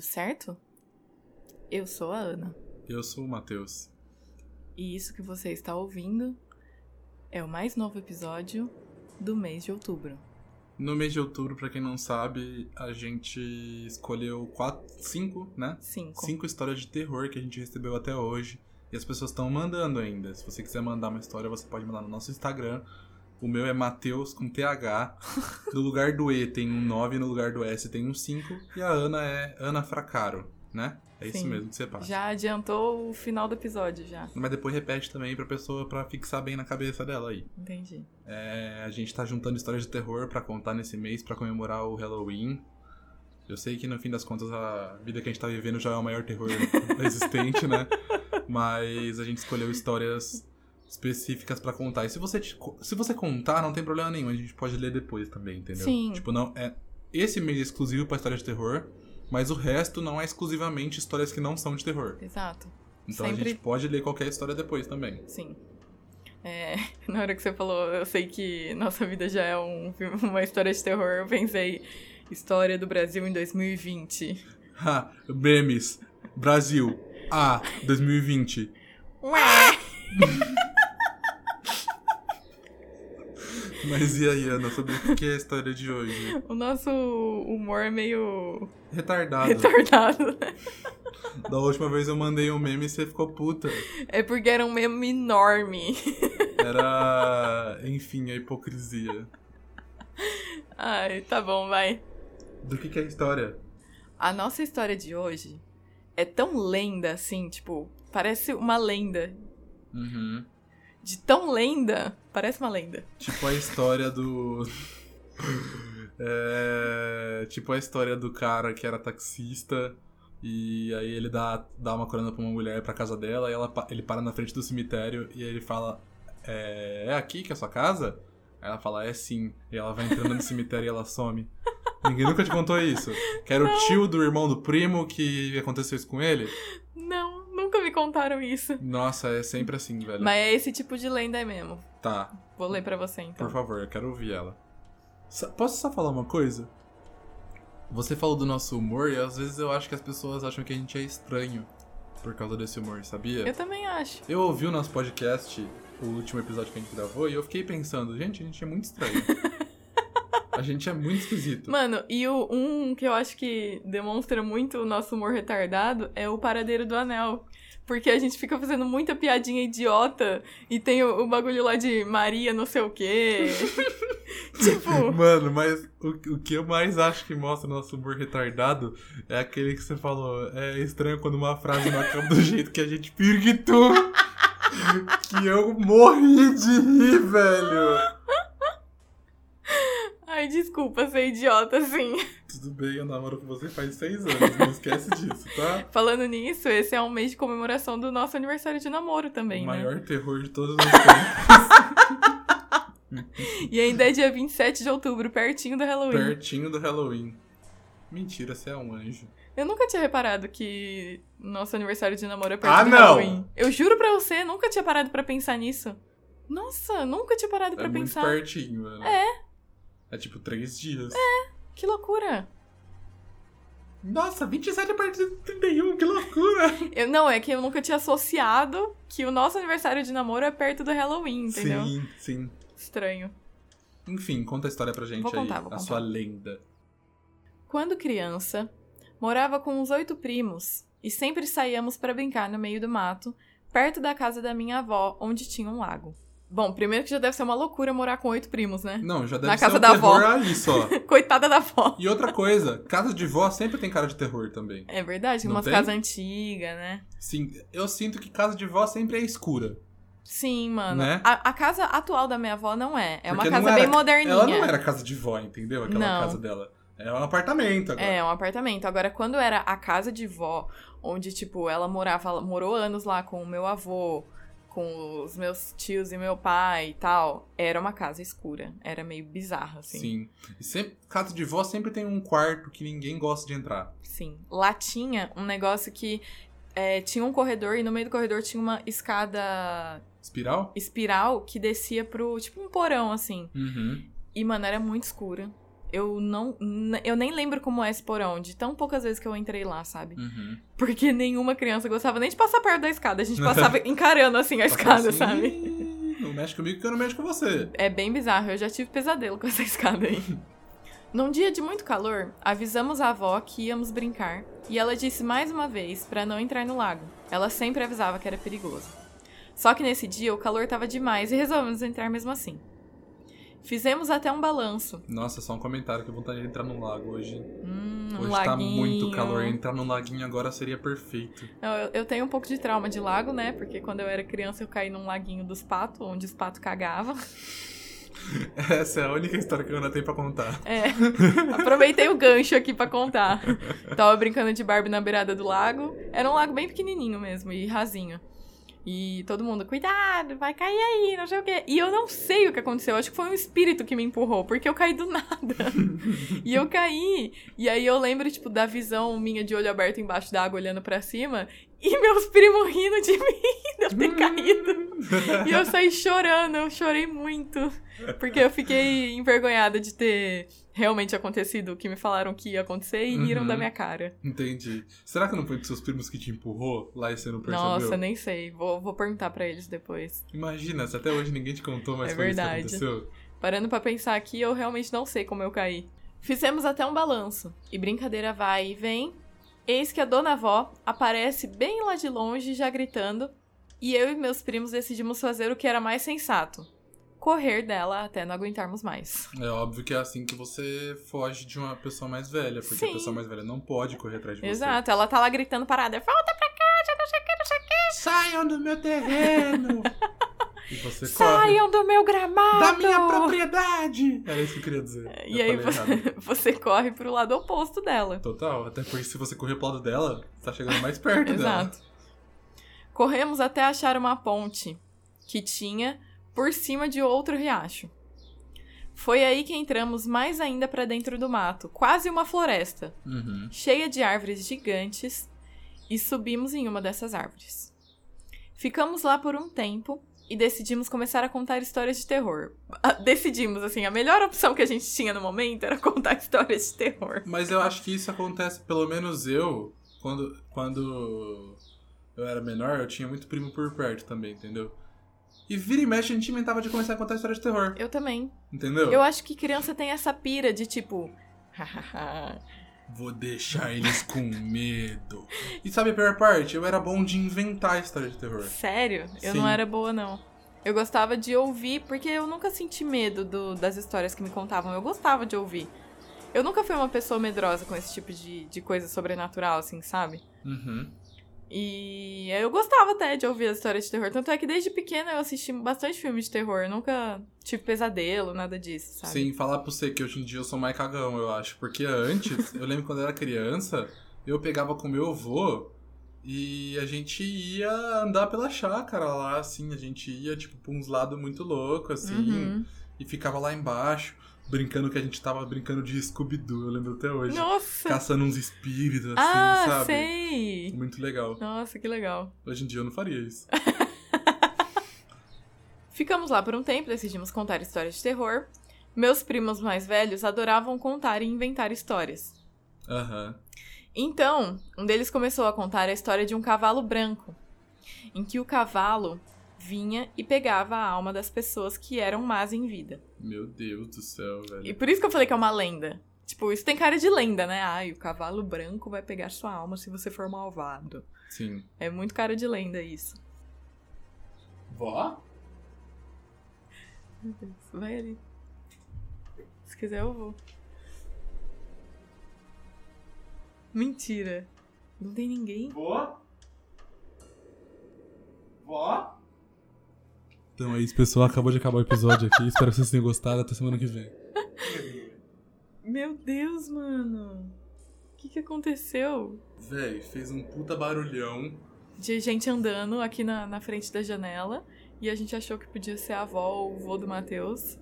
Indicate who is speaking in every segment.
Speaker 1: certo? Eu sou a Ana.
Speaker 2: Eu sou o Matheus.
Speaker 1: E isso que você está ouvindo é o mais novo episódio do mês de outubro.
Speaker 2: No mês de outubro, pra quem não sabe, a gente escolheu quatro, cinco, né?
Speaker 1: Cinco.
Speaker 2: Cinco histórias de terror que a gente recebeu até hoje. E as pessoas estão mandando ainda. Se você quiser mandar uma história, você pode mandar no nosso Instagram. O meu é Mateus com TH. No lugar do E tem um 9, no lugar do S tem um 5. E a Ana é Ana Fracaro, né? É isso
Speaker 1: Sim.
Speaker 2: mesmo que você passa.
Speaker 1: Já adiantou o final do episódio, já.
Speaker 2: Mas depois repete também pra pessoa pra fixar bem na cabeça dela aí.
Speaker 1: Entendi.
Speaker 2: É, a gente tá juntando histórias de terror pra contar nesse mês pra comemorar o Halloween. Eu sei que no fim das contas a vida que a gente tá vivendo já é o maior terror existente, né? Mas a gente escolheu histórias específicas pra contar. E se você te- se você contar, não tem problema nenhum, a gente pode ler depois também, entendeu?
Speaker 1: Sim.
Speaker 2: Tipo, não é esse mês é exclusivo pra história de terror, mas o resto não é exclusivamente histórias que não são de terror.
Speaker 1: Exato.
Speaker 2: Então a
Speaker 1: Sempre-
Speaker 2: gente pode ler qualquer história depois também.
Speaker 1: Sim. É, na hora que você falou, eu sei que nossa vida já é um filme- uma história de terror, eu pensei, história do Brasil em 2020.
Speaker 2: Ha, Bremes, Brasil, A, 2020.
Speaker 1: Ué!
Speaker 2: Mas e aí, Ana, sobre o que é a história de hoje?
Speaker 1: O nosso humor é meio
Speaker 2: Retardado.
Speaker 1: retardado. né?
Speaker 2: da última vez eu mandei um meme e você ficou puta.
Speaker 1: É porque era um meme enorme.
Speaker 2: Era, enfim, a hipocrisia.
Speaker 1: Ai, tá bom, vai.
Speaker 2: Do que, que é a história?
Speaker 1: A nossa história de hoje é tão lenda assim, tipo, parece uma lenda.
Speaker 2: Uhum.
Speaker 1: De tão lenda, parece uma lenda.
Speaker 2: Tipo a história do. É, Tipo a história do cara que era taxista. E aí ele dá, dá uma corona pra uma mulher pra casa dela e ela, pa- ele para na frente do cemitério e aí ele fala. É, é aqui que é a sua casa? Aí ela fala, é sim. E ela vai entrando no cemitério e ela some. Ninguém nunca te contou isso. Que era o tio do irmão do primo que aconteceu isso com ele?
Speaker 1: Não, nunca me contaram isso.
Speaker 2: Nossa, é sempre assim, velho.
Speaker 1: Mas é esse tipo de lenda mesmo.
Speaker 2: Tá,
Speaker 1: Vou ler pra você então.
Speaker 2: Por favor, eu quero ouvir ela. Sa- Posso só falar uma coisa? Você falou do nosso humor e às vezes eu acho que as pessoas acham que a gente é estranho por causa desse humor, sabia?
Speaker 1: Eu também acho.
Speaker 2: Eu ouvi o nosso podcast, o último episódio que a gente gravou, e eu fiquei pensando, gente, a gente é muito estranho. a gente é muito esquisito.
Speaker 1: Mano, e o, um que eu acho que demonstra muito o nosso humor retardado é o Paradeiro do Anel. Porque a gente fica fazendo muita piadinha idiota e tem o, o bagulho lá de Maria não sei o quê. tipo,
Speaker 2: Mano, mas o, o que eu mais acho que mostra o nosso humor retardado é aquele que você falou. É estranho quando uma frase não acaba do jeito que a gente pirguitou. que eu morri de rir, velho.
Speaker 1: ai, desculpa ser idiota assim.
Speaker 2: Tudo bem, eu namoro com você faz seis anos, não esquece disso, tá?
Speaker 1: Falando nisso, esse é um mês de comemoração do nosso aniversário de namoro também,
Speaker 2: o
Speaker 1: né?
Speaker 2: maior terror de todos os tempos.
Speaker 1: E ainda é dia 27 de outubro, pertinho do Halloween.
Speaker 2: pertinho do Halloween. Mentira, você é um anjo.
Speaker 1: Eu nunca tinha reparado que nosso aniversário de namoro é perto
Speaker 2: Ah,
Speaker 1: do
Speaker 2: não!
Speaker 1: Halloween. Eu juro pra você, nunca tinha parado pra pensar nisso. Nossa, nunca tinha parado pra
Speaker 2: é
Speaker 1: pensar.
Speaker 2: muito pertinho, mano. É. É tipo três dias.
Speaker 1: É. Que loucura.
Speaker 2: Nossa, 27 a partir de 31, que loucura!
Speaker 1: Eu, não, é que eu nunca tinha associado que o nosso aniversário de namoro é perto do Halloween, entendeu?
Speaker 2: Sim, sim.
Speaker 1: Estranho.
Speaker 2: Enfim, conta a história pra gente
Speaker 1: Vou
Speaker 2: aí.
Speaker 1: contar,
Speaker 2: a
Speaker 1: vou contar.
Speaker 2: sua lenda.
Speaker 1: Quando criança, morava com uns oito primos e sempre saíamos pra brincar no meio do mato, perto da casa da minha avó, onde tinha um lago. Bom, primeiro que já deve ser uma loucura morar com oito primos, né?
Speaker 2: Não, já deve
Speaker 1: Na
Speaker 2: ser
Speaker 1: casa
Speaker 2: um
Speaker 1: da
Speaker 2: terror
Speaker 1: avó.
Speaker 2: ali só.
Speaker 1: Coitada da avó.
Speaker 2: E outra coisa, casa de vó sempre tem cara de terror também.
Speaker 1: É verdade,
Speaker 2: Não
Speaker 1: umas
Speaker 2: tem?
Speaker 1: casas antigas, né?
Speaker 2: Sim, eu sinto que casa de vó sempre é escura.
Speaker 1: Sim, mano.
Speaker 2: Né?
Speaker 1: A, a casa atual da minha avó não é. É
Speaker 2: Porque
Speaker 1: uma casa
Speaker 2: não era-
Speaker 1: bem moderninha.
Speaker 2: Ela não era casa de vó, entendeu? Aquela
Speaker 1: Não.
Speaker 2: casa dela. É um apartamento agora.
Speaker 1: É, um apartamento. Agora, quando era a casa de vó, onde, tipo, ela morava, ela morou anos lá com o meu avô, com os meus tios e meu pai e tal, era uma casa escura. Era meio bizarro, assim.
Speaker 2: Sim. E sempre, casa de vó sempre tem um quarto que ninguém gosta de entrar.
Speaker 1: Sim. Lá tinha um negócio que é, tinha um corredor e no meio do corredor tinha uma escada
Speaker 2: Espiral?
Speaker 1: espiral que descia pro, tipo, um porão, assim.
Speaker 2: Uhum.
Speaker 1: E, mano, era muito escura. eu não. n- Eu nem lembro como é esse porão, de tão poucas vezes que eu entrei lá, sabe?
Speaker 2: Uhum.
Speaker 1: Porque nenhuma criança gostava nem de passar perto da escada. A gente passava encarando assim a escada,
Speaker 2: Assim,
Speaker 1: sabe?
Speaker 2: "Ih, Não mexe comigo que eu não mexo com você.
Speaker 1: É bem bizarro, eu já tive pesadelo com essa escada aí. Num dia de muito calor, avisamos a avó que íamos brincar e ela disse mais uma vez para não entrar no lago. Ela sempre avisava que era perigoso. Só que nesse dia o calor tava demais e resolvemos entrar mesmo assim. Fizemos até um balanço.
Speaker 2: Nossa, só um comentário que vontade de entrar num lago hoje.
Speaker 1: Hum, um
Speaker 2: hoje
Speaker 1: laguinho.
Speaker 2: tá muito calor. Entrar num laguinho agora seria perfeito.
Speaker 1: Não, Eu, eu tenho um pouco de trauma de lago, né? Porque quando eu era criança eu caí num laguinho dos patos, onde os patos cagavam.
Speaker 2: Essa é a única história que eu ainda tenho pra contar.
Speaker 1: É. Aproveitei o gancho aqui pra contar. Tava brincando de Barbie na beirada do lago. Era um lago bem pequenininho mesmo e rasinho. E todo mundo, cuidado, vai cair aí, não sei o quê. E eu não sei o que aconteceu. Acho que foi um espírito que me empurrou, porque eu caí do nada. e eu caí. E aí eu lembro, tipo, da visão minha de olho aberto embaixo da água olhando pra cima. E meus primos rindo de mim, de eu ter caído. E eu saí chorando, eu chorei muito. Porque eu fiquei envergonhada de ter realmente acontecido o que me falaram que ia acontecer e riram
Speaker 2: Uhum.
Speaker 1: da minha cara.
Speaker 2: Entendi. Será que não foi dos seus primos que te empurrou lá e você não percebeu?
Speaker 1: Nossa, nem sei. Vou, vou perguntar pra eles depois.
Speaker 2: Imagina, se até hoje ninguém te contou, mas
Speaker 1: É
Speaker 2: foi
Speaker 1: verdade.
Speaker 2: isso que aconteceu.
Speaker 1: Parando pra pensar aqui, eu realmente não sei como eu caí. Fizemos até um balanço. E brincadeira vai e vem. Eis que a dona avó aparece bem lá de longe, já gritando. E eu e meus primos decidimos fazer o que era mais sensato: correr dela até não aguentarmos mais.
Speaker 2: É óbvio que é assim que você foge de uma pessoa mais velha, porque
Speaker 1: Sim.
Speaker 2: a pessoa mais velha não pode correr atrás de você.
Speaker 1: Exato, ela tá lá gritando parada. Volta pra cá, já não sei o que, não sei o que.
Speaker 2: Saiam do meu terreno! e você corre.
Speaker 1: Saiam do meu gramado!
Speaker 2: Da minha propriedade! Era isso que eu queria dizer.
Speaker 1: E
Speaker 2: Eu
Speaker 1: aí
Speaker 2: falei
Speaker 1: você,
Speaker 2: errado.
Speaker 1: você corre pro lado oposto dela.
Speaker 2: Total, até porque se você correr pro lado dela, você tá chegando mais perto dela.
Speaker 1: Exato. Corremos até achar uma ponte que tinha por cima de outro riacho. Foi aí que entramos mais ainda pra dentro do mato, quase uma floresta,
Speaker 2: Uhum.
Speaker 1: cheia de árvores gigantes, e subimos em uma dessas árvores. Ficamos lá por um tempo e decidimos começar a contar histórias de terror. Ah, Decidimos, assim, a melhor opção que a gente tinha no momento era contar histórias de terror.
Speaker 2: Mas eu acho que isso acontece, pelo menos eu, quando, quando eu era menor, eu tinha muito primo por perto também, entendeu? E vira e mexe, a gente inventava de começar a contar história de terror,
Speaker 1: Eu também.
Speaker 2: entendeu?
Speaker 1: Eu acho que criança tem essa pira de tipo. hahaha.
Speaker 2: Vou deixar eles com medo. E sabe a pior parte? Eu era bom de inventar história de terror.
Speaker 1: Sério? Eu não
Speaker 2: Sim.
Speaker 1: era boa, não. Eu gostava de ouvir, porque eu nunca senti medo do- das histórias que me contavam. Eu gostava de ouvir. Eu nunca fui uma pessoa medrosa com esse tipo de, de coisa sobrenatural, assim, sabe?
Speaker 2: Uhum.
Speaker 1: E eu gostava até de ouvir as histórias de terror. Tanto é que desde pequena eu assisti bastante filme de terror. Eu nunca tive pesadelo, nada disso, sabe?
Speaker 2: Sim, falar pra você que hoje em dia eu sou mais cagão, eu acho. Porque antes, eu lembro quando eu era criança, eu pegava com meu avô e a gente ia andar pela chácara lá, assim. A gente ia, tipo, pra uns lados muito loucos, assim.
Speaker 1: Uhum.
Speaker 2: E ficava lá embaixo, brincando que a gente tava brincando de Scooby-Doo, eu lembro até hoje.
Speaker 1: Nossa!
Speaker 2: Caçando uns espíritos, assim,
Speaker 1: ah,
Speaker 2: sabe?
Speaker 1: sei!
Speaker 2: Muito legal.
Speaker 1: Nossa, que legal.
Speaker 2: Hoje em dia eu não faria isso.
Speaker 1: Ficamos lá por um tempo, decidimos contar histórias de terror. Meus primos mais velhos adoravam contar e inventar histórias.
Speaker 2: Aham.
Speaker 1: Então, um deles começou a contar a história de um cavalo branco, em que o cavalo vinha e pegava a alma das pessoas que eram más em vida.
Speaker 2: Meu Deus do céu, velho.
Speaker 1: E por isso que eu falei que é uma lenda. Tipo, isso tem cara de lenda, né? Ai, o cavalo branco vai pegar sua alma se você for malvado.
Speaker 2: Sim.
Speaker 1: É muito cara de lenda isso.
Speaker 2: Vó?
Speaker 1: Meu Deus, vai ali. Se quiser, eu vou. Mentira. Não tem ninguém?
Speaker 2: Vó? Vó? Então é isso, pessoal. Acabou de acabar o episódio aqui. Espero que vocês tenham gostado. Até semana que vem.
Speaker 1: Meu Deus, mano. O que, que aconteceu?
Speaker 2: Véi, fez um puta barulhão.
Speaker 1: De gente andando aqui na, na frente da janela. E a gente achou que podia ser a avó ou o vô do Matheus.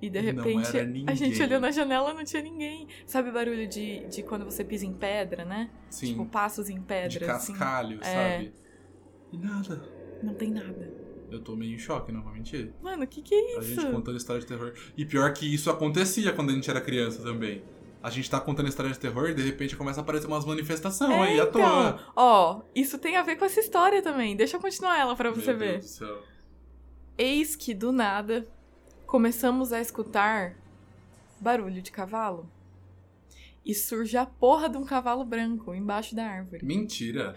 Speaker 1: E de
Speaker 2: Não
Speaker 1: repente
Speaker 2: era
Speaker 1: a gente
Speaker 2: ninguém.
Speaker 1: olhou na janela não tinha ninguém. Sabe o barulho de, de quando você pisa em pedra, né?
Speaker 2: Sim.
Speaker 1: Tipo, passos em pedra.
Speaker 2: de
Speaker 1: assim.
Speaker 2: cascalho,
Speaker 1: É.
Speaker 2: sabe? E nada.
Speaker 1: Não tem nada.
Speaker 2: Eu tô meio em choque, não vou mentir.
Speaker 1: Mano, o que que é
Speaker 2: A
Speaker 1: isso?
Speaker 2: gente contando história de terror. E pior que isso acontecia quando a gente era criança também. A gente tá contando história de terror e de repente começa a aparecer umas manifestações
Speaker 1: É,
Speaker 2: aí à
Speaker 1: então,
Speaker 2: toa.
Speaker 1: ó, isso tem a ver com essa história também. Deixa eu continuar ela pra você
Speaker 2: Meu
Speaker 1: ver.
Speaker 2: Deus do céu.
Speaker 1: Eis que do nada começamos a escutar barulho de cavalo. E surge a porra de um cavalo branco embaixo da árvore.
Speaker 2: Mentira.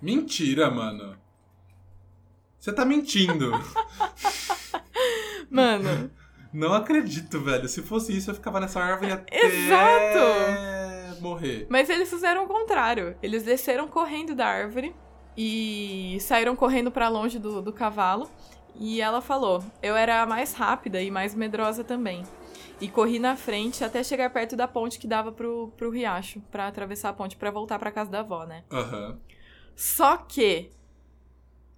Speaker 2: Mentira, mano. Você tá mentindo.
Speaker 1: Mano,
Speaker 2: não acredito, velho. Se fosse isso, eu ficava nessa árvore até
Speaker 1: Exato.
Speaker 2: morrer.
Speaker 1: mas eles fizeram o contrário. Eles desceram correndo da árvore e saíram correndo pra longe do, do cavalo. E ela falou: Eu era a mais rápida e mais medrosa também. E corri na frente até chegar perto da ponte que dava pro, pro riacho, pra atravessar a ponte, pra voltar pra casa da avó, né?
Speaker 2: Aham.
Speaker 1: Só que,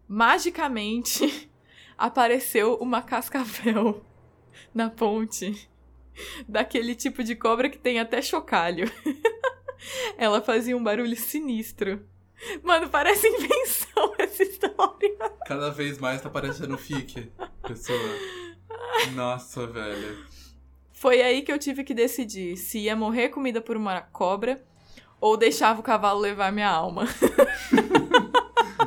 Speaker 1: magicamente, apareceu uma cascavel na ponte. Daquele tipo de cobra que tem até chocalho. Ela fazia um barulho sinistro. Mano, parece invenção essa história.
Speaker 2: Cada vez mais tá parecendo fique, pessoa. Nossa, velho.
Speaker 1: Foi aí que eu tive que decidir se ia morrer comida por uma cobra ou deixava o cavalo levar minha alma.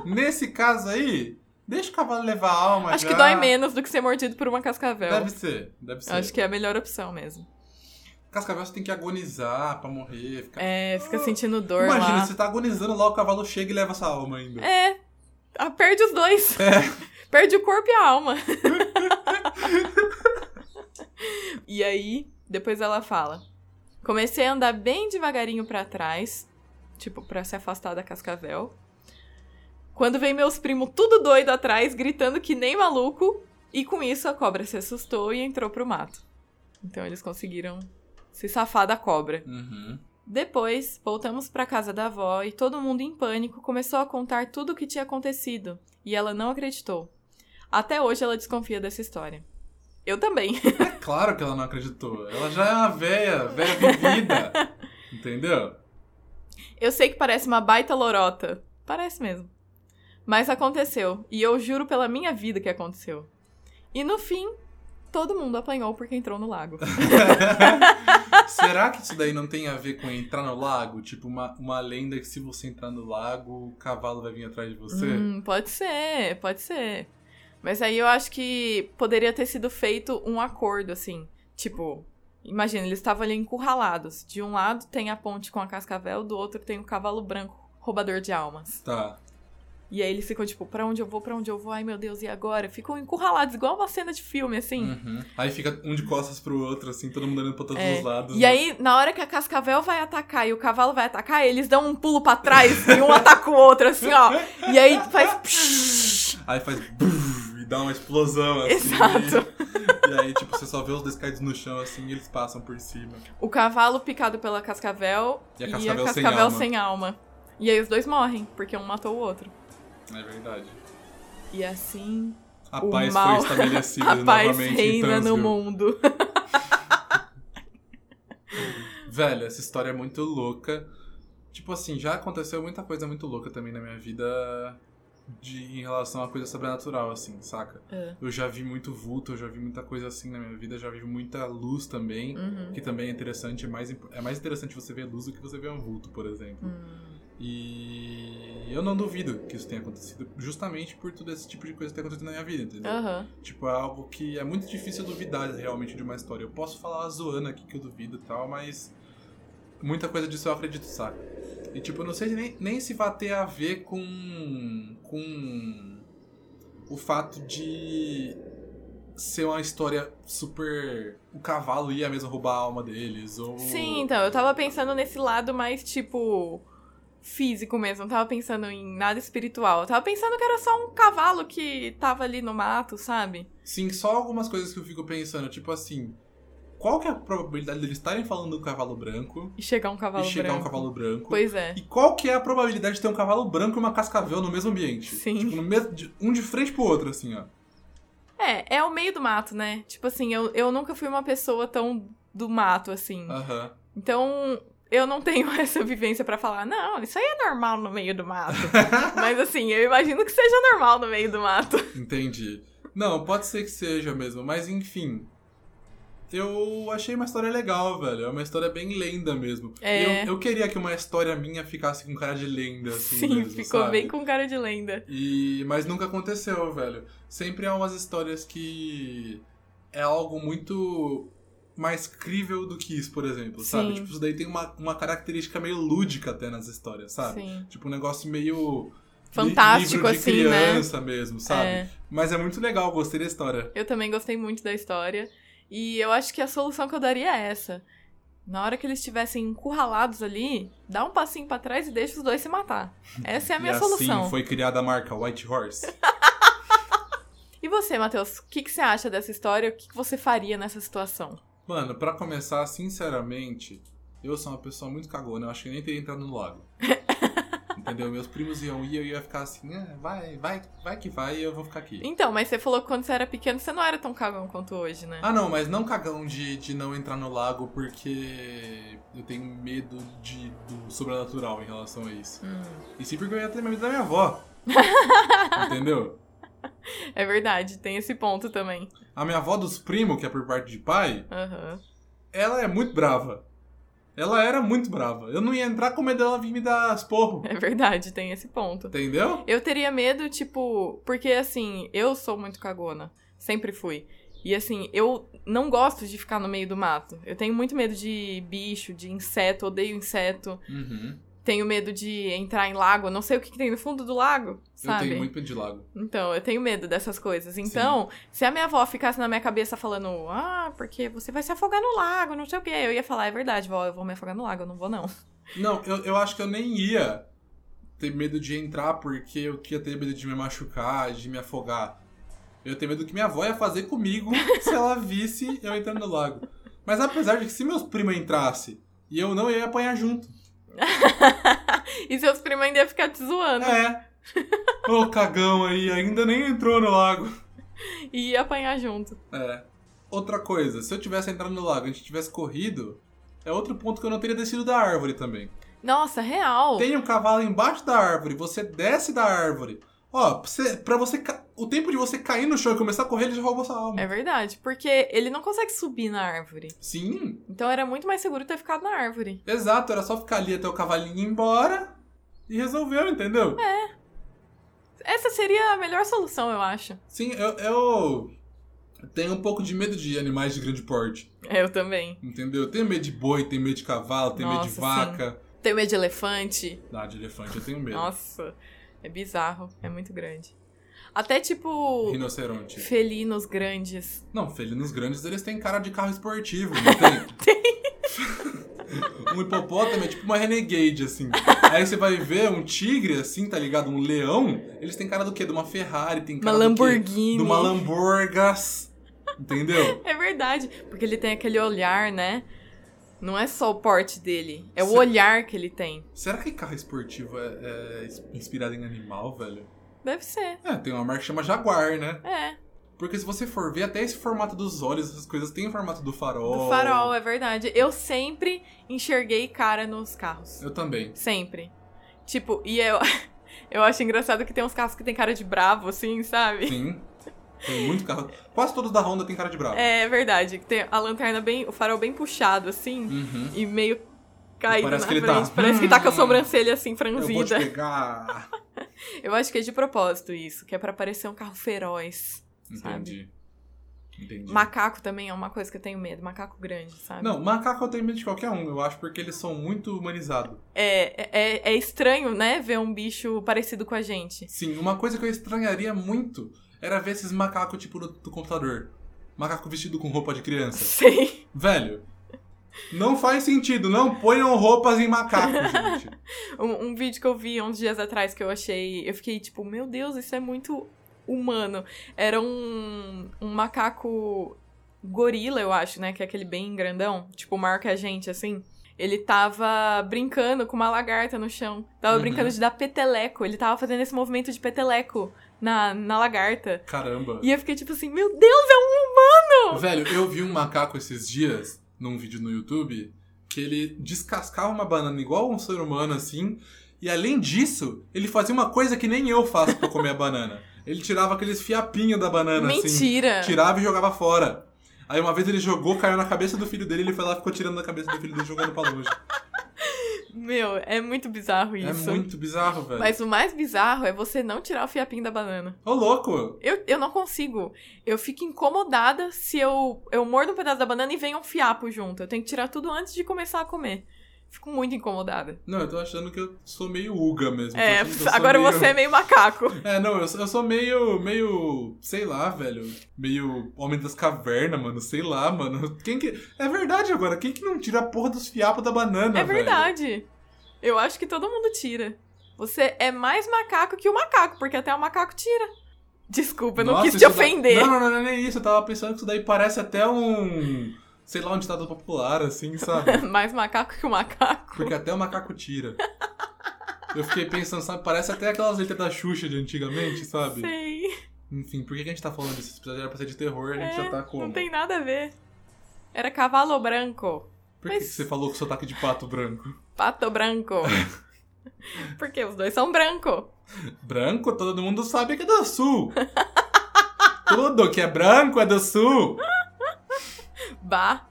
Speaker 2: Nesse caso aí, deixa o cavalo levar a alma.
Speaker 1: Acho que
Speaker 2: já.
Speaker 1: dói menos do que ser mordido por uma cascavel.
Speaker 2: Deve ser, deve ser.
Speaker 1: Acho que é a melhor opção mesmo.
Speaker 2: Cascavel você tem que agonizar pra morrer. Ficar...
Speaker 1: É, fica sentindo dor
Speaker 2: Ah. Imagina,
Speaker 1: lá.
Speaker 2: você tá agonizando lá, o cavalo chega e leva sua alma ainda.
Speaker 1: É. Ah, perde os dois. Perde o corpo e a alma. e aí, depois ela fala: Comecei a andar bem devagarinho pra trás, tipo, pra se afastar da cascavel. Quando vem meus primos tudo doido atrás, gritando que nem maluco, e com isso a cobra se assustou e entrou pro mato. Então eles conseguiram se safar da cobra.
Speaker 2: Uhum.
Speaker 1: Depois, voltamos para casa da avó e todo mundo em pânico começou a contar tudo o que tinha acontecido, e ela não acreditou. Até hoje ela desconfia dessa história. Eu também.
Speaker 2: É claro que ela não acreditou. Ela já é uma véia, véia vivida. Entendeu?
Speaker 1: Eu sei que parece uma baita lorota. Parece mesmo. Mas aconteceu, e eu juro pela minha vida que aconteceu. E no fim, todo mundo apanhou porque entrou no lago.
Speaker 2: Será que isso daí não tem a ver com entrar no lago? Tipo, uma, uma lenda que se você entrar no lago, o cavalo vai vir atrás de você?
Speaker 1: Hum, pode ser, pode ser. Mas aí eu acho que poderia ter sido feito um acordo, assim. Tipo, imagina, eles estavam ali encurralados. De um lado tem a ponte com a cascavel, do outro tem o cavalo branco, roubador de almas.
Speaker 2: Tá.
Speaker 1: E aí eles ficam, tipo, pra onde eu vou, pra onde eu vou, ai meu Deus, e agora? Ficam encurralados, igual uma cena de filme, assim.
Speaker 2: Uhum. Aí fica um de costas pro outro, assim, todo mundo olhando pra todos
Speaker 1: É.
Speaker 2: os lados.
Speaker 1: E
Speaker 2: né?
Speaker 1: aí, na hora que a cascavel vai atacar e o cavalo vai atacar, eles dão um pulo pra trás e um ataca o outro, assim, ó. E aí faz.
Speaker 2: Aí faz buf, e dá uma explosão assim.
Speaker 1: Exato.
Speaker 2: E aí, tipo, você só vê os dois caídos no chão assim e eles passam por cima.
Speaker 1: O cavalo picado pela cascavel
Speaker 2: E a cascavel sem
Speaker 1: cascavel
Speaker 2: alma.
Speaker 1: sem alma. E aí os dois morrem, porque um matou o outro.
Speaker 2: É verdade.
Speaker 1: E assim
Speaker 2: A
Speaker 1: O
Speaker 2: paz
Speaker 1: mal-
Speaker 2: foi estabelecida
Speaker 1: a paz
Speaker 2: novamente então, em
Speaker 1: reina no
Speaker 2: Tanzil.
Speaker 1: mundo.
Speaker 2: Velho, essa história é muito louca. Tipo assim, já aconteceu muita coisa muito louca também na minha vida de, em relação a coisa sobrenatural, assim, saca?
Speaker 1: É.
Speaker 2: Eu já vi muito vulto, eu já vi muita coisa assim na minha vida, já vi muita luz também.
Speaker 1: Uhum.
Speaker 2: Que também é interessante, é mais, imp- é mais interessante você ver luz do que você ver um vulto, por exemplo.
Speaker 1: Hum.
Speaker 2: E eu não duvido que isso tenha acontecido, justamente por todo esse tipo de coisa que tem acontecido na minha vida, entendeu?
Speaker 1: Aham.
Speaker 2: Tipo, é algo que é muito difícil duvidar realmente de uma história. Eu posso falar zoando aqui que eu duvido e tal, mas muita coisa disso eu acredito, saca? E tipo, eu não sei nem, nem se vai ter a ver com. com. o fato de ser uma história super. o cavalo ia mesmo roubar a alma deles, ou.
Speaker 1: Sim, então, eu tava pensando nesse lado mais, tipo, físico mesmo. Não tava pensando em nada espiritual. Eu tava pensando que era só um cavalo que tava ali no mato, sabe?
Speaker 2: Sim, só algumas coisas que eu fico pensando, tipo assim, qual que é a probabilidade deles estarem falando do cavalo branco
Speaker 1: E chegar um cavalo
Speaker 2: e chegar
Speaker 1: branco.
Speaker 2: um cavalo branco?
Speaker 1: Pois é.
Speaker 2: E qual que é a probabilidade de ter um cavalo branco e uma cascavel no mesmo ambiente?
Speaker 1: Sim.
Speaker 2: Tipo, no mesmo, de- um de frente pro outro, assim, ó.
Speaker 1: É, é o meio do mato, né? Tipo assim, eu, eu nunca fui uma pessoa tão do mato, assim.
Speaker 2: Aham.
Speaker 1: Então, eu não tenho essa vivência pra falar, não, isso aí é normal no meio do mato. Mas assim, eu imagino que seja normal no meio do mato.
Speaker 2: Entendi. Não, pode ser que seja mesmo, mas enfim. Eu achei uma história legal, velho. É uma história bem lenda mesmo.
Speaker 1: É.
Speaker 2: Eu, eu queria que uma história minha ficasse com cara de lenda, assim.
Speaker 1: Sim,
Speaker 2: mesmo,
Speaker 1: ficou
Speaker 2: sabe?
Speaker 1: bem com cara de lenda.
Speaker 2: E, mas nunca aconteceu, velho. Sempre há umas histórias que é algo muito mais crível do que isso, por exemplo, sabe?
Speaker 1: Sim.
Speaker 2: Tipo, isso daí tem uma, uma característica meio lúdica até nas histórias, sabe?
Speaker 1: Sim.
Speaker 2: Tipo, um negócio meio. li-
Speaker 1: Fantástico,
Speaker 2: livro de
Speaker 1: assim, né?
Speaker 2: criança mesmo, sabe?
Speaker 1: É.
Speaker 2: Mas é muito legal, gostei da história.
Speaker 1: Eu também gostei muito da história. E eu acho que a solução que eu daria é essa. Na hora que eles estivessem encurralados ali, dá um passinho pra trás e deixa os dois se matar. Essa é a minha
Speaker 2: e
Speaker 1: solução.
Speaker 2: assim foi criada a marca White Horse.
Speaker 1: E você, Matheus, o que, que você acha dessa história? O que, que você faria nessa situação?
Speaker 2: Mano, pra começar, sinceramente, eu sou uma pessoa muito cagona, eu acho que eu nem teria entrado no lago. Entendeu? Meus primos iam ir, eu ia ficar assim, ah, vai, vai, vai que vai, eu vou ficar aqui.
Speaker 1: Então, mas você falou que quando você era pequeno você não era tão cagão quanto hoje, né?
Speaker 2: Ah não, mas não cagão de, de não entrar no lago porque eu tenho medo de, do sobrenatural em relação a isso.
Speaker 1: Hum,
Speaker 2: E sim porque eu ia ter medo da minha avó. Entendeu?
Speaker 1: é verdade, tem esse ponto também.
Speaker 2: A minha avó dos primos, que é por parte de pai,
Speaker 1: Aham.
Speaker 2: ela é muito brava. Ela era muito brava. Eu não ia entrar com medo dela vir me dar esporro.
Speaker 1: É verdade, tem esse ponto.
Speaker 2: Entendeu?
Speaker 1: Eu teria medo, tipo, porque assim, eu sou muito cagona. Sempre fui. E assim, eu não gosto de ficar no meio do mato. Eu tenho muito medo de bicho, de inseto, odeio inseto.
Speaker 2: Uhum.
Speaker 1: Tenho medo de entrar em lago, eu não sei o que, que tem no fundo do lago,
Speaker 2: Eu
Speaker 1: sabe?
Speaker 2: tenho muito medo de lago.
Speaker 1: Então, eu tenho medo dessas coisas. Então, se a minha avó ficasse na minha cabeça falando, ah, porque você vai se afogar no lago, não sei o quê, eu ia falar, é verdade, vó, eu vou me afogar no lago, eu não vou não.
Speaker 2: Não, eu, eu acho que eu nem ia ter medo de entrar porque eu ia ter medo de me machucar, de me afogar. Eu tenho medo do que minha avó ia fazer comigo se ela visse eu entrando no lago. Mas apesar de que se meus primos entrassem e eu não, eu ia apanhar junto.
Speaker 1: e seus primos ainda iam ficar te zoando.
Speaker 2: É. Ô cagão aí, ainda nem entrou no lago.
Speaker 1: E ia apanhar junto.
Speaker 2: É. Outra coisa, se eu tivesse entrado no lago e a gente tivesse corrido, é outro ponto que eu não teria descido da árvore também.
Speaker 1: Nossa, real.
Speaker 2: Tem um cavalo embaixo da árvore, você desce da árvore. Ó, pra você, pra você ca- o tempo de você cair no chão e começar a correr, ele já roubou sua alma.
Speaker 1: É verdade, porque ele não consegue subir na árvore.
Speaker 2: Sim,
Speaker 1: Então era muito mais seguro ter ficado na árvore.
Speaker 2: exato, era só ficar ali até o cavalinho ir embora e resolveu, entendeu?
Speaker 1: É. Essa seria a melhor solução, eu acho.
Speaker 2: Sim, eu, eu tenho um pouco de medo de animais de grande porte,
Speaker 1: É, Eu também.
Speaker 2: entendeu? Eu tenho medo de boi, tenho medo de cavalo, tenho medo de
Speaker 1: Nossa,
Speaker 2: vaca.
Speaker 1: Tenho medo de elefante.
Speaker 2: Ah, de elefante eu tenho medo.
Speaker 1: Nossa, é bizarro. É muito grande. Até tipo
Speaker 2: Rinoceronte.
Speaker 1: felinos grandes.
Speaker 2: Não, felinos grandes, eles têm cara de carro esportivo, não tem? um hipopótamo é tipo uma renegade, assim. Aí você vai ver um tigre, assim, tá ligado? Um leão, eles têm cara do quê? De uma Ferrari, tem
Speaker 1: Uma
Speaker 2: cara do quê?
Speaker 1: Lamborghini.
Speaker 2: De uma Lamborgas. Entendeu?
Speaker 1: É verdade, porque ele tem aquele olhar, né? Não é só o porte dele, é o
Speaker 2: Sim.
Speaker 1: olhar que ele tem.
Speaker 2: Será que carro esportivo é, é inspirado em animal, velho?
Speaker 1: Deve ser.
Speaker 2: É, tem uma marca que chama Jaguar, né?
Speaker 1: É,
Speaker 2: Porque se você for ver, até esse formato dos olhos, essas coisas, tem o formato do farol.
Speaker 1: do farol, é verdade. Eu sempre enxerguei cara nos carros.
Speaker 2: Eu também.
Speaker 1: Sempre. Tipo, e eu, eu acho engraçado que tem uns carros que tem cara de bravo, assim, sabe?
Speaker 2: Sim. Tem muito carro. Quase todos da Honda tem cara de bravo.
Speaker 1: É verdade. que Tem a lanterna bem. O farol bem puxado, assim,
Speaker 2: Uhum.
Speaker 1: e meio caído
Speaker 2: Parece
Speaker 1: na
Speaker 2: que ele tá,
Speaker 1: frente. Parece que tá com a
Speaker 2: "Hum,
Speaker 1: sobrancelha assim,
Speaker 2: Eu vou te
Speaker 1: franzida. Eu,
Speaker 2: pegar.
Speaker 1: acho que é de propósito isso, que é pra parecer um carro feroz.
Speaker 2: Entendi. Entendi.
Speaker 1: Macaco também é uma coisa que eu tenho medo, macaco grande, sabe?
Speaker 2: Não, macaco eu tenho medo de qualquer um, eu acho, porque eles são muito humanizados.
Speaker 1: É, é, é estranho, né, ver um bicho parecido com a gente.
Speaker 2: Sim, uma coisa que eu estranharia muito era ver esses macacos, tipo, do, do computador. Macaco vestido com roupa de criança.
Speaker 1: Sei.
Speaker 2: Velho, não faz sentido, não ponham roupas em macaco, gente.
Speaker 1: Um, um vídeo que eu vi uns dias atrás que eu achei. Eu fiquei tipo, meu Deus, isso é muito humano. Era um, um macaco gorila, eu acho, né? Que é aquele bem grandão, tipo, maior que a gente, assim. Ele tava brincando com uma lagarta no chão. Tava
Speaker 2: Uhum.
Speaker 1: brincando de dar peteleco. Ele tava fazendo esse movimento de peteleco na, na lagarta.
Speaker 2: Caramba.
Speaker 1: E eu fiquei tipo assim, meu Deus, é um humano!
Speaker 2: Velho, eu vi um macaco esses dias, num vídeo no YouTube, que ele descascava uma banana igual um ser humano assim, e além disso, ele fazia uma coisa que nem eu faço pra comer a banana. Ele tirava aqueles fiapinhos da banana
Speaker 1: Mentira.
Speaker 2: assim, tirava e jogava fora. Aí uma vez ele jogou, caiu na cabeça do filho dele, ele foi lá, ficou tirando da cabeça do filho dele, jogando pra longe.
Speaker 1: Meu, é muito bizarro
Speaker 2: É
Speaker 1: isso.
Speaker 2: muito bizarro, velho.
Speaker 1: Mas o mais bizarro é você não tirar o fiapinho da banana.
Speaker 2: Ô, louco!
Speaker 1: Eu, eu não consigo. Eu fico incomodada se eu, eu mordo um pedaço da banana e vem um fiapo junto. Eu tenho que tirar tudo antes de começar a comer. Fico muito incomodada.
Speaker 2: Não, eu tô achando que eu sou meio Uga mesmo.
Speaker 1: é,
Speaker 2: tô achando que eu Então assim, sou
Speaker 1: agora
Speaker 2: meio-
Speaker 1: você é meio macaco.
Speaker 2: É, não, eu, sou- eu sou meio, meio, sei lá, velho, meio homem das cavernas, mano, sei lá, mano. Quem que... É verdade agora, quem que não tira a porra dos fiapos da banana,
Speaker 1: é
Speaker 2: velho?
Speaker 1: verdade. Eu acho que todo mundo tira. Você é mais macaco que o macaco, porque até o macaco tira. Desculpa, eu não
Speaker 2: Nossa,
Speaker 1: quis te
Speaker 2: isso da-
Speaker 1: ofender.
Speaker 2: Não, não, não, não, é nem isso, eu tava pensando que isso daí parece até um, sei lá, um ditado popular, assim, sabe?
Speaker 1: mais macaco que o macaco.
Speaker 2: Porque até o macaco tira. Eu fiquei pensando, sabe, parece até aquelas letras da Xuxa de antigamente, sabe?
Speaker 1: Sei.
Speaker 2: Enfim, por que que a gente tá falando disso? Esse episódio era pra ser de terror, a gente
Speaker 1: É,
Speaker 2: já tá como?
Speaker 1: Não tem nada a ver. Era cavalo branco.
Speaker 2: Por que,
Speaker 1: mas-
Speaker 2: que você falou com sotaque de pato branco?
Speaker 1: Pato branco. porque os dois são branco.
Speaker 2: Branco, todo mundo sabe que é do sul. Tudo que é branco é do sul.
Speaker 1: Bah.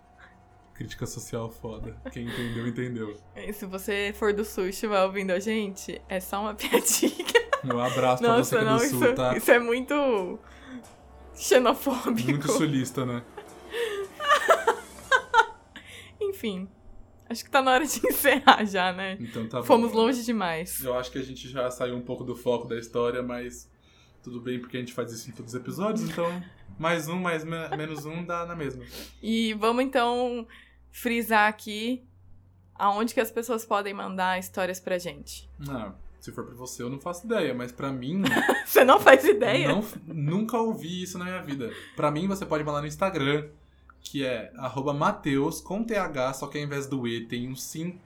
Speaker 2: Crítica social foda. Quem entendeu, entendeu.
Speaker 1: E se você for do sul e estiver ouvindo a gente, é só uma piadinha.
Speaker 2: Um abraço pra
Speaker 1: Nossa,
Speaker 2: você que é
Speaker 1: não,
Speaker 2: do
Speaker 1: isso,
Speaker 2: sul, tá?
Speaker 1: isso é muito xenofóbico.
Speaker 2: Muito sulista, né?
Speaker 1: Enfim, acho que tá na hora de encerrar já, né?
Speaker 2: Então tá bom.
Speaker 1: Fomos longe demais.
Speaker 2: Eu acho que a gente já saiu um pouco do foco da história, mas tudo bem porque a gente faz isso em todos os episódios, então mais um, mais me- menos um dá na mesma.
Speaker 1: E vamos então frisar aqui aonde que as pessoas podem mandar histórias pra gente.
Speaker 2: Ah, se for pra você, eu não faço ideia, mas pra mim.
Speaker 1: Você não faz ideia?
Speaker 2: Não, nunca ouvi isso na minha vida. Pra mim, você pode mandar no Instagram, que é arroba Mateus com TH, só que ao invés do E tem um sim.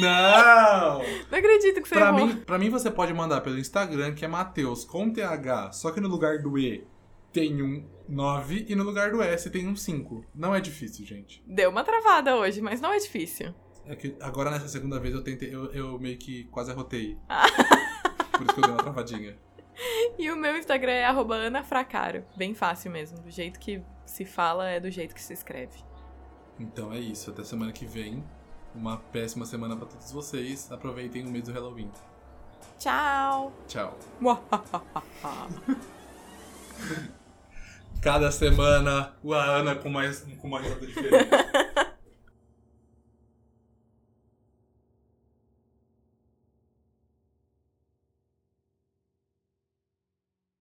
Speaker 2: Não!
Speaker 1: Não acredito que você
Speaker 2: Pra
Speaker 1: errou.
Speaker 2: mim, pra mim, você pode mandar pelo Instagram, que é Mateus com TH, só que no lugar do E tem um 9 e no lugar do S tem um 5. Não é difícil, gente.
Speaker 1: Deu uma travada hoje, mas não é difícil.
Speaker 2: É que agora nessa segunda vez eu tentei, eu, eu meio que quase arrotei.
Speaker 1: Ah.
Speaker 2: Por isso que eu dei uma travadinha.
Speaker 1: E o meu Instagram é arroba anafracaro. Bem fácil mesmo. Do jeito que se fala é do jeito que se escreve.
Speaker 2: Então é isso, até semana que vem. Uma péssima semana pra todos vocês. Aproveitem o mês do Halloween.
Speaker 1: Tchau!
Speaker 2: Tchau. Cada semana, a Ana com mais com uma risada diferente.